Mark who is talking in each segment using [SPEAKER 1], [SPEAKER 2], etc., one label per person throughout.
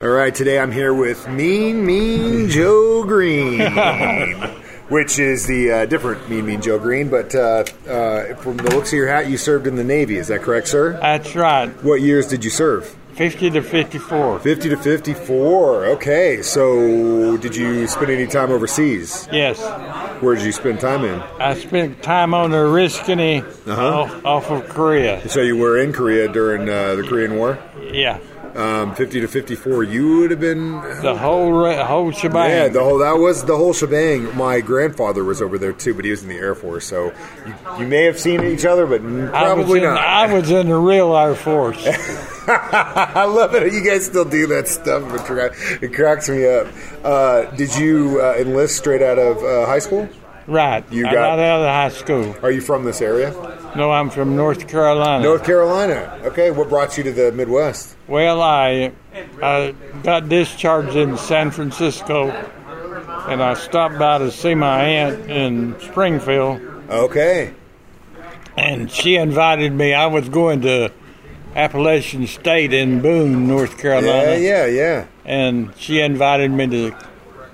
[SPEAKER 1] All right, today I'm here with Mean Mean Joe Green, which is the uh, different Mean Mean Joe Green. But uh, uh, from the looks of your hat, you served in the Navy. Is that correct, sir?
[SPEAKER 2] That's right.
[SPEAKER 1] What years did you serve?
[SPEAKER 2] 50 to 54.
[SPEAKER 1] 50 to 54. Okay, so did you spend any time overseas?
[SPEAKER 2] Yes.
[SPEAKER 1] Where did you spend time in?
[SPEAKER 2] I spent time on the Oriskany
[SPEAKER 1] Uh-huh.
[SPEAKER 2] off, off of Korea.
[SPEAKER 1] So you were in Korea during uh, the Korean War?
[SPEAKER 2] Yeah.
[SPEAKER 1] Um, 50 to 54. You would have been
[SPEAKER 2] The whole re- whole shebang.
[SPEAKER 1] Yeah, the whole that was the whole shebang. My grandfather was over there too, but he was in the Air Force, so you, you may have seen each other, but n-
[SPEAKER 2] I was
[SPEAKER 1] probably
[SPEAKER 2] in,
[SPEAKER 1] not.
[SPEAKER 2] I was in the real Air Force.
[SPEAKER 1] I love it. You guys still do that stuff. It, cra- it cracks me up. Uh, did you uh, enlist straight out of uh, high school?
[SPEAKER 2] right.
[SPEAKER 1] You
[SPEAKER 2] I'm
[SPEAKER 1] got-
[SPEAKER 2] not out of high school.
[SPEAKER 1] Are you from this area,
[SPEAKER 2] No, I'm from North Carolina.
[SPEAKER 1] North Carolina? Okay, what brought you to the Midwest?
[SPEAKER 2] Well, I, I got discharged in San Francisco, and I stopped by to see my aunt in Springfield.
[SPEAKER 1] Okay,
[SPEAKER 2] and she invited me. I was going to Appalachian State in Boone, North Carolina,
[SPEAKER 1] yeah, yeah, yeah.
[SPEAKER 2] and she invited me to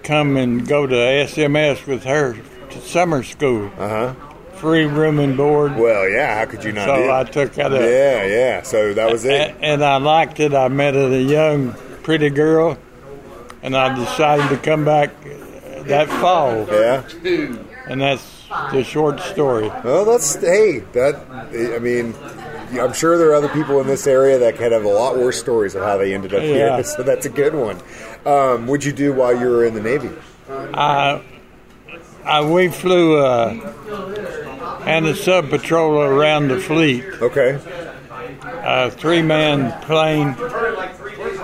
[SPEAKER 2] come and go to SMS with her to summer school,
[SPEAKER 1] Uh huh.
[SPEAKER 2] free room and board.
[SPEAKER 1] Well, yeah. How could you not? do
[SPEAKER 2] so
[SPEAKER 1] it?
[SPEAKER 2] I took that up,
[SPEAKER 1] yeah, yeah. So that was
[SPEAKER 2] A-
[SPEAKER 1] it.
[SPEAKER 2] and, I liked it. I met a young, pretty girl, and I decided to come back that fall,
[SPEAKER 1] Yeah.
[SPEAKER 2] and that's the short story.
[SPEAKER 1] Well, that's hey. That I mean, I'm sure there are other people in this area that could have a lot worse stories of how they ended up
[SPEAKER 2] Yeah.
[SPEAKER 1] here. So that's a good one. Um, what'd you do while you were in the Navy?
[SPEAKER 2] I, I we flew uh, and a sub patrol around the fleet,
[SPEAKER 1] Okay,
[SPEAKER 2] a three-man plane.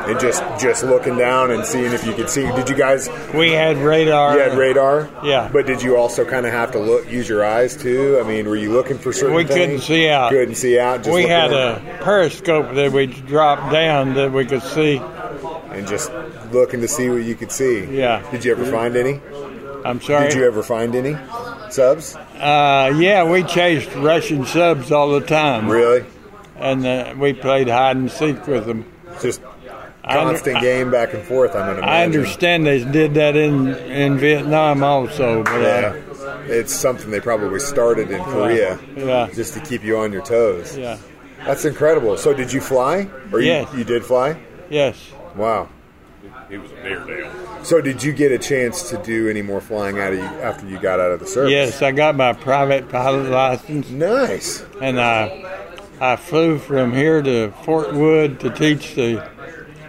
[SPEAKER 1] and just just looking down and seeing if you could see. Did you guys?
[SPEAKER 2] We had radar.
[SPEAKER 1] You had radar.
[SPEAKER 2] Uh, Yeah.
[SPEAKER 1] But did you also kind of have to look, use your eyes too? I mean, were you looking for certain?
[SPEAKER 2] We couldn't
[SPEAKER 1] things?
[SPEAKER 2] see out.
[SPEAKER 1] Couldn't see out. Just
[SPEAKER 2] we
[SPEAKER 1] looking
[SPEAKER 2] had
[SPEAKER 1] up
[SPEAKER 2] a periscope that we dropped down that we could see.
[SPEAKER 1] and just looking to see what you could see.
[SPEAKER 2] Yeah.
[SPEAKER 1] Did you ever find any?
[SPEAKER 2] I'm sorry.
[SPEAKER 1] Did you ever find any subs?
[SPEAKER 2] uh, yeah, we chased Russian subs all the time,
[SPEAKER 1] Really?
[SPEAKER 2] and uh, we played hide and seek with them.
[SPEAKER 1] Just
[SPEAKER 2] under-
[SPEAKER 1] constant game back and forth. I'm gonna.
[SPEAKER 2] I
[SPEAKER 1] imagine.
[SPEAKER 2] understand they did that in in Vietnam also, but. Uh,
[SPEAKER 1] Yeah, Oh, it's something they probably started in Korea,
[SPEAKER 2] Yeah.
[SPEAKER 1] just to keep you on your toes.
[SPEAKER 2] yeah.
[SPEAKER 1] That's incredible. So, did you fly? Or
[SPEAKER 2] Yes.
[SPEAKER 1] you, you did fly?
[SPEAKER 2] Yes.
[SPEAKER 1] Wow.
[SPEAKER 3] He was a Beardale.
[SPEAKER 1] So, did you get a chance to do any more flying out of you after you got out of the service?
[SPEAKER 2] Yes, I got my private pilot license,
[SPEAKER 1] Nice.
[SPEAKER 2] and I I flew from here to Fort Wood to teach the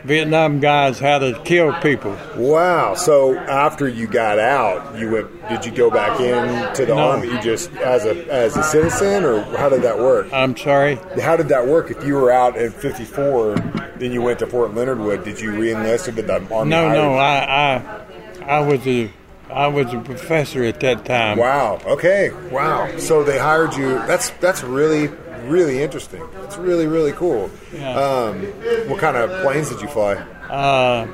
[SPEAKER 2] Vietnam guys how to kill people.
[SPEAKER 1] Wow. So after you got out, you went. Did you go back into the
[SPEAKER 2] No.
[SPEAKER 1] army? You just as a as a citizen, or how did that work?
[SPEAKER 2] I'm sorry.
[SPEAKER 1] How did that work? If you were out at 54, then you went to Fort Leonard Wood, did you re-enlist or did the Army
[SPEAKER 2] No,
[SPEAKER 1] hire
[SPEAKER 2] no,
[SPEAKER 1] you?
[SPEAKER 2] I I I was a I was a professor at that time.
[SPEAKER 1] Wow. Okay. Wow. So they hired you. That's that's really really interesting. That's really really cool.
[SPEAKER 2] Yeah.
[SPEAKER 1] Um, what kind of planes did you fly?
[SPEAKER 2] Uh,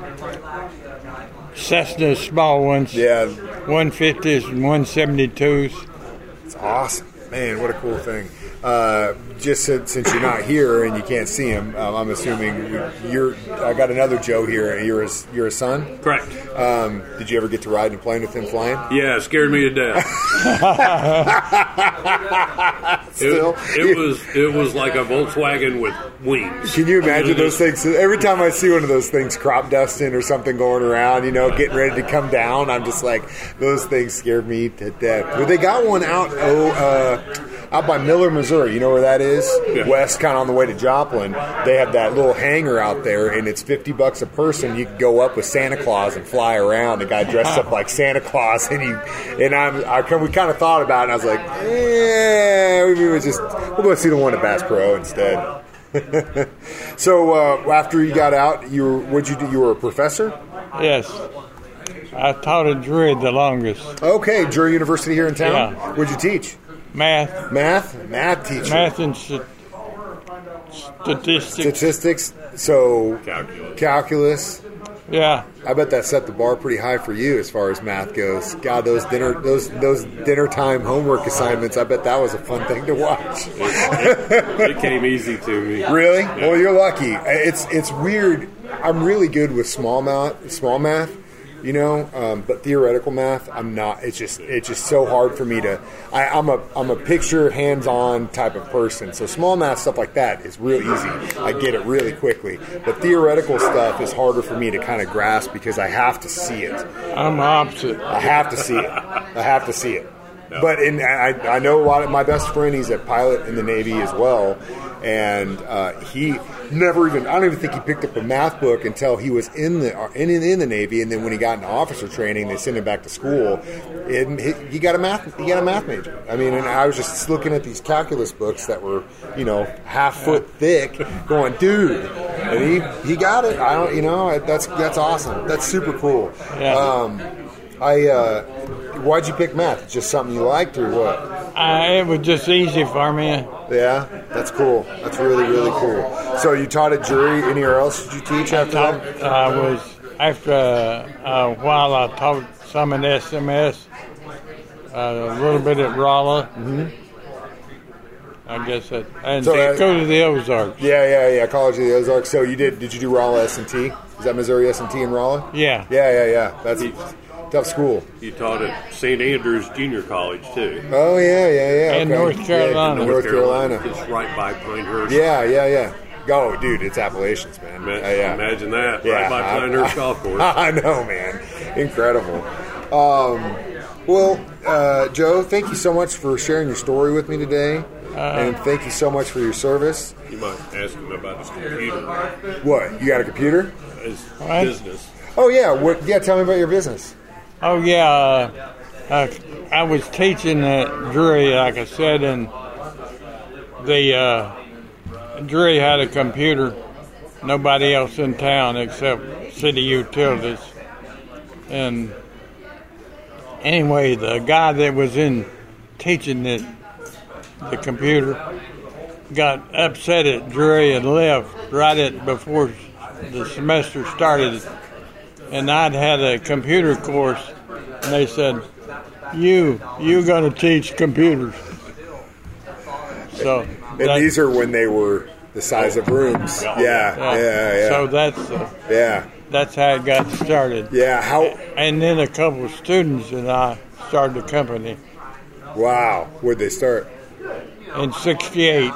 [SPEAKER 2] Cessna small ones.
[SPEAKER 1] Yeah,
[SPEAKER 2] 150s and 172s.
[SPEAKER 1] it's awesome, man. What a cool thing. Uh, just since, since you're not here and you can't see him, um, I'm assuming you're. I got another Joe here. and You're his, you're a son.
[SPEAKER 3] Correct.
[SPEAKER 1] Um, did you ever get to ride in a plane with him flying?
[SPEAKER 3] Yeah, it scared me to death.
[SPEAKER 1] Still?
[SPEAKER 3] It, it was it was like a Volkswagen with wings.
[SPEAKER 1] Can you imagine those things? Every time I see one of those things, crop dusting or something going around, you know, getting ready to come down, I'm just like, those things scared me to death. Well, they got one out oh, uh, out by Miller, Missouri. You know where that is?
[SPEAKER 3] Yeah.
[SPEAKER 1] West, kind of on the way to Joplin. They have that little hangar out there, and it's 50 bucks a person. You can go up with Santa Claus and fly around. The guy dressed up like Santa Claus, and you and I'm, I kind- we kind of thought about it, and I was like, yeah, we would just we'll go see the one at Bass Pro instead. So uh, after you got out, you were, what'd you do? You were a professor.
[SPEAKER 2] Yes. I taught at Druid the longest.
[SPEAKER 1] Okay, Drury University here in town.
[SPEAKER 2] Yeah.
[SPEAKER 1] What'd you teach?
[SPEAKER 2] Math,
[SPEAKER 1] Math, math teacher,
[SPEAKER 2] math and st- statistics.
[SPEAKER 1] statistics. So
[SPEAKER 3] Calculus.
[SPEAKER 1] calculus.
[SPEAKER 2] Yeah.
[SPEAKER 1] I bet that set the bar pretty high for you as far as math goes. God, those dinner those those dinner time homework assignments. I bet that was a fun thing to watch.
[SPEAKER 3] It came easy to me.
[SPEAKER 1] Really? Well, you're lucky. It's it's weird. I I'm really good with small math, small math, you know, um, but theoretical math, I'm not. It's just it's just so hard for me to. I, I'm a I'm a picture hands on type of person, so small math stuff like that is real easy. I get it really quickly, but theoretical stuff is harder for me to kind of grasp because I have to see it.
[SPEAKER 2] I'm opposite.
[SPEAKER 1] I have to see it. I have to see it. But in, I, I know a lot of my best friend. He's a pilot in the Navy as well, and uh, he never even. I don't even think he picked up a math book until he was in the in in, in the Navy, and then when he got into officer training, they sent him back to school. And he, he got a math. He got a math major. I mean, and I was just looking at these calculus books that were you know half foot thick, going, dude, and he he got it. I don't. You know, that's that's awesome. That's super cool.
[SPEAKER 2] Yeah.
[SPEAKER 1] Um, I uh, why'd you pick math? It's just something you liked or what?
[SPEAKER 2] I, Uh, it was just easy for me.
[SPEAKER 1] Yeah, that's cool. That's really really cool. So you taught at jury. Anywhere else did you teach after
[SPEAKER 2] I,
[SPEAKER 1] that?
[SPEAKER 2] I was after uh, a while. I taught some at SMS, uh, a little bit at Rolla. Mm-hmm. I guess that and
[SPEAKER 1] So,
[SPEAKER 2] then
[SPEAKER 1] uh,
[SPEAKER 2] go to the Ozarks.
[SPEAKER 1] Yeah, yeah, yeah. College of the Ozarks. So you did? Did you do Rolla S and T? Is that Missouri S and T in Rolla?
[SPEAKER 2] Yeah.
[SPEAKER 1] Yeah, yeah, yeah. That's a tough school.
[SPEAKER 3] You taught at St. Andrews Junior College too.
[SPEAKER 1] Oh yeah, yeah, yeah.
[SPEAKER 2] And North
[SPEAKER 1] Yeah,
[SPEAKER 2] Carolina.
[SPEAKER 1] North Carolina.
[SPEAKER 3] It's right by Pinehurst.
[SPEAKER 1] Yeah, yeah, yeah. Go, dude. It's Appalachians, man.
[SPEAKER 3] Ma-
[SPEAKER 1] Uh, yeah.
[SPEAKER 3] Imagine that.
[SPEAKER 1] Yeah,
[SPEAKER 3] right by
[SPEAKER 1] I-
[SPEAKER 3] Pinehurst
[SPEAKER 1] I-
[SPEAKER 3] Golf Course.
[SPEAKER 1] I know, man. Incredible. Um, well, uh, Joe, thank you so much for sharing your story with me today.
[SPEAKER 2] Uh-huh.
[SPEAKER 1] and thank you so much for your service.
[SPEAKER 3] You might ask him about his computer,
[SPEAKER 1] What? You got a computer?
[SPEAKER 3] his
[SPEAKER 2] What?
[SPEAKER 3] business.
[SPEAKER 1] Oh, yeah. What, yeah, tell me about your business.
[SPEAKER 2] Oh yeah, uh, I, I was teaching at Drury, like I said, and the uh, Drury had a computer. Nobody else in town except city utilities. And anyway, the guy that was in teaching the, the computer got upset at Drury and left right at before the semester started and I'd had a computer course, and they said, "You, you going to teach computers?" So
[SPEAKER 1] And these are when they were the size of rooms. Yeah, yeah, yeah.
[SPEAKER 2] Ah, So that's uh,
[SPEAKER 1] yeah,
[SPEAKER 2] that's how it got started.
[SPEAKER 1] yeah. How?
[SPEAKER 2] And then a couple of students and I started a company
[SPEAKER 1] Wow. Where'd they start?
[SPEAKER 2] in '68.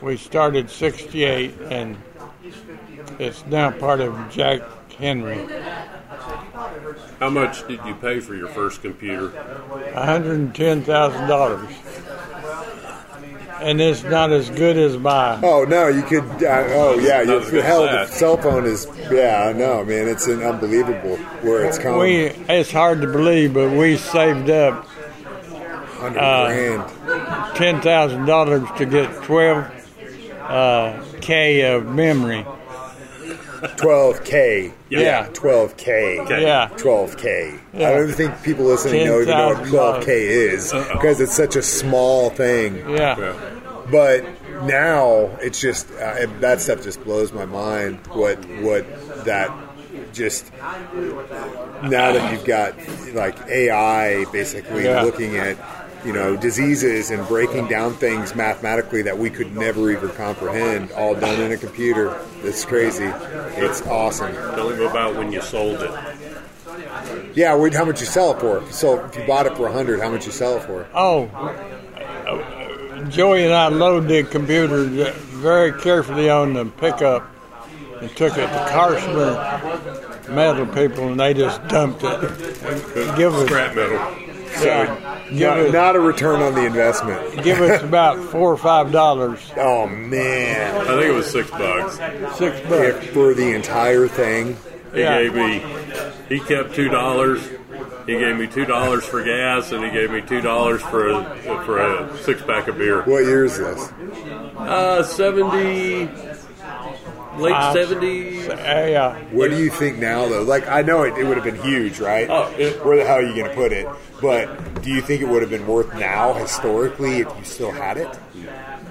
[SPEAKER 2] We started '68, and it's now part of Jack Henry.
[SPEAKER 3] How much did you pay for your first computer?
[SPEAKER 2] $110,000. And it's not as good as mine.
[SPEAKER 1] Oh no, you could. Uh, oh yeah, you,
[SPEAKER 3] That's good
[SPEAKER 1] hell, the
[SPEAKER 3] sad.
[SPEAKER 1] cell phone is. Yeah, I know, man. It's an unbelievable where it's come.
[SPEAKER 2] We, it's hard to believe, but we saved up
[SPEAKER 1] Hundred
[SPEAKER 2] Uh,
[SPEAKER 1] grand.
[SPEAKER 2] $10,000 to get 12K of memory.
[SPEAKER 1] Twelve k.
[SPEAKER 2] Yeah.
[SPEAKER 1] Twelve k.
[SPEAKER 2] Yeah.
[SPEAKER 1] Twelve k. I
[SPEAKER 2] Yeah.
[SPEAKER 1] don't even think people listening know even know what
[SPEAKER 2] $10,000.
[SPEAKER 1] twelve k is because it's such a small thing.
[SPEAKER 2] Yeah.
[SPEAKER 3] Yeah.
[SPEAKER 1] But now it's just uh, it- that stuff just blows my mind. What what that just now that you've got like AI basically
[SPEAKER 2] Yeah.
[SPEAKER 1] looking at you know diseases and breaking down things mathematically that we could never even comprehend, all done in a computer. It's crazy. It's awesome.
[SPEAKER 3] Tell him about when you sold it.
[SPEAKER 1] Yeah, we'd, how much you sell it for? If you sell, if you bought it for a hundred, how much you sell it for?
[SPEAKER 2] Oh, uh, Joey and I loaded the computer very carefully on the pickup and took it to Carson metal people, and they just dumped it. Give us
[SPEAKER 3] Scrap metal.
[SPEAKER 2] Yeah. Give,
[SPEAKER 1] Not,
[SPEAKER 2] us,
[SPEAKER 1] not a return on the investment.
[SPEAKER 2] give us about four or five dollars,
[SPEAKER 1] Oh man.
[SPEAKER 3] I think it was six bucks.
[SPEAKER 2] six
[SPEAKER 1] If
[SPEAKER 2] bucks.
[SPEAKER 1] for the entire thing.
[SPEAKER 3] He
[SPEAKER 2] Yeah.
[SPEAKER 3] gave me. He kept two dollars. He gave me two dollars for gas, and he gave me two dollars for a, for a six pack of beer.
[SPEAKER 1] What year is this?
[SPEAKER 3] Uh, seventy, late seventies.
[SPEAKER 2] Yeah, yeah.
[SPEAKER 1] What do you think now, though? Like, I know it, it would have been huge, right?
[SPEAKER 3] Oh, it-
[SPEAKER 1] Where the hell are you going to put it? But do you think it would have been worth now, historically, if you still had it?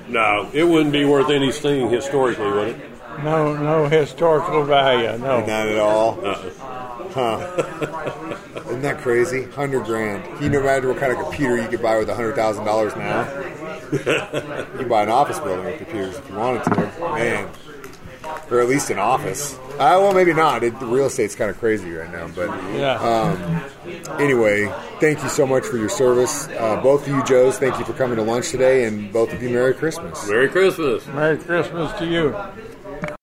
[SPEAKER 3] No, it wouldn't be worth anything historically, would it?
[SPEAKER 2] No, no historical value. No. Uh-uh.
[SPEAKER 1] Not at all. Huh. Isn't that crazy? Hundred grand. Can you no matter what kind of computer you could buy with hundred thousand dollars now? you can buy an office building with computers if you wanted to. Man. or at least an office. Uh, well, maybe not. It, the real estate's kind of crazy right now, but um,
[SPEAKER 2] Yeah.
[SPEAKER 1] anyway, thank you so much for your service, uh, both of you, Joes. Thank you for coming to lunch today, and both of you, Merry Christmas.
[SPEAKER 3] Merry Christmas.
[SPEAKER 2] Merry Christmas to you.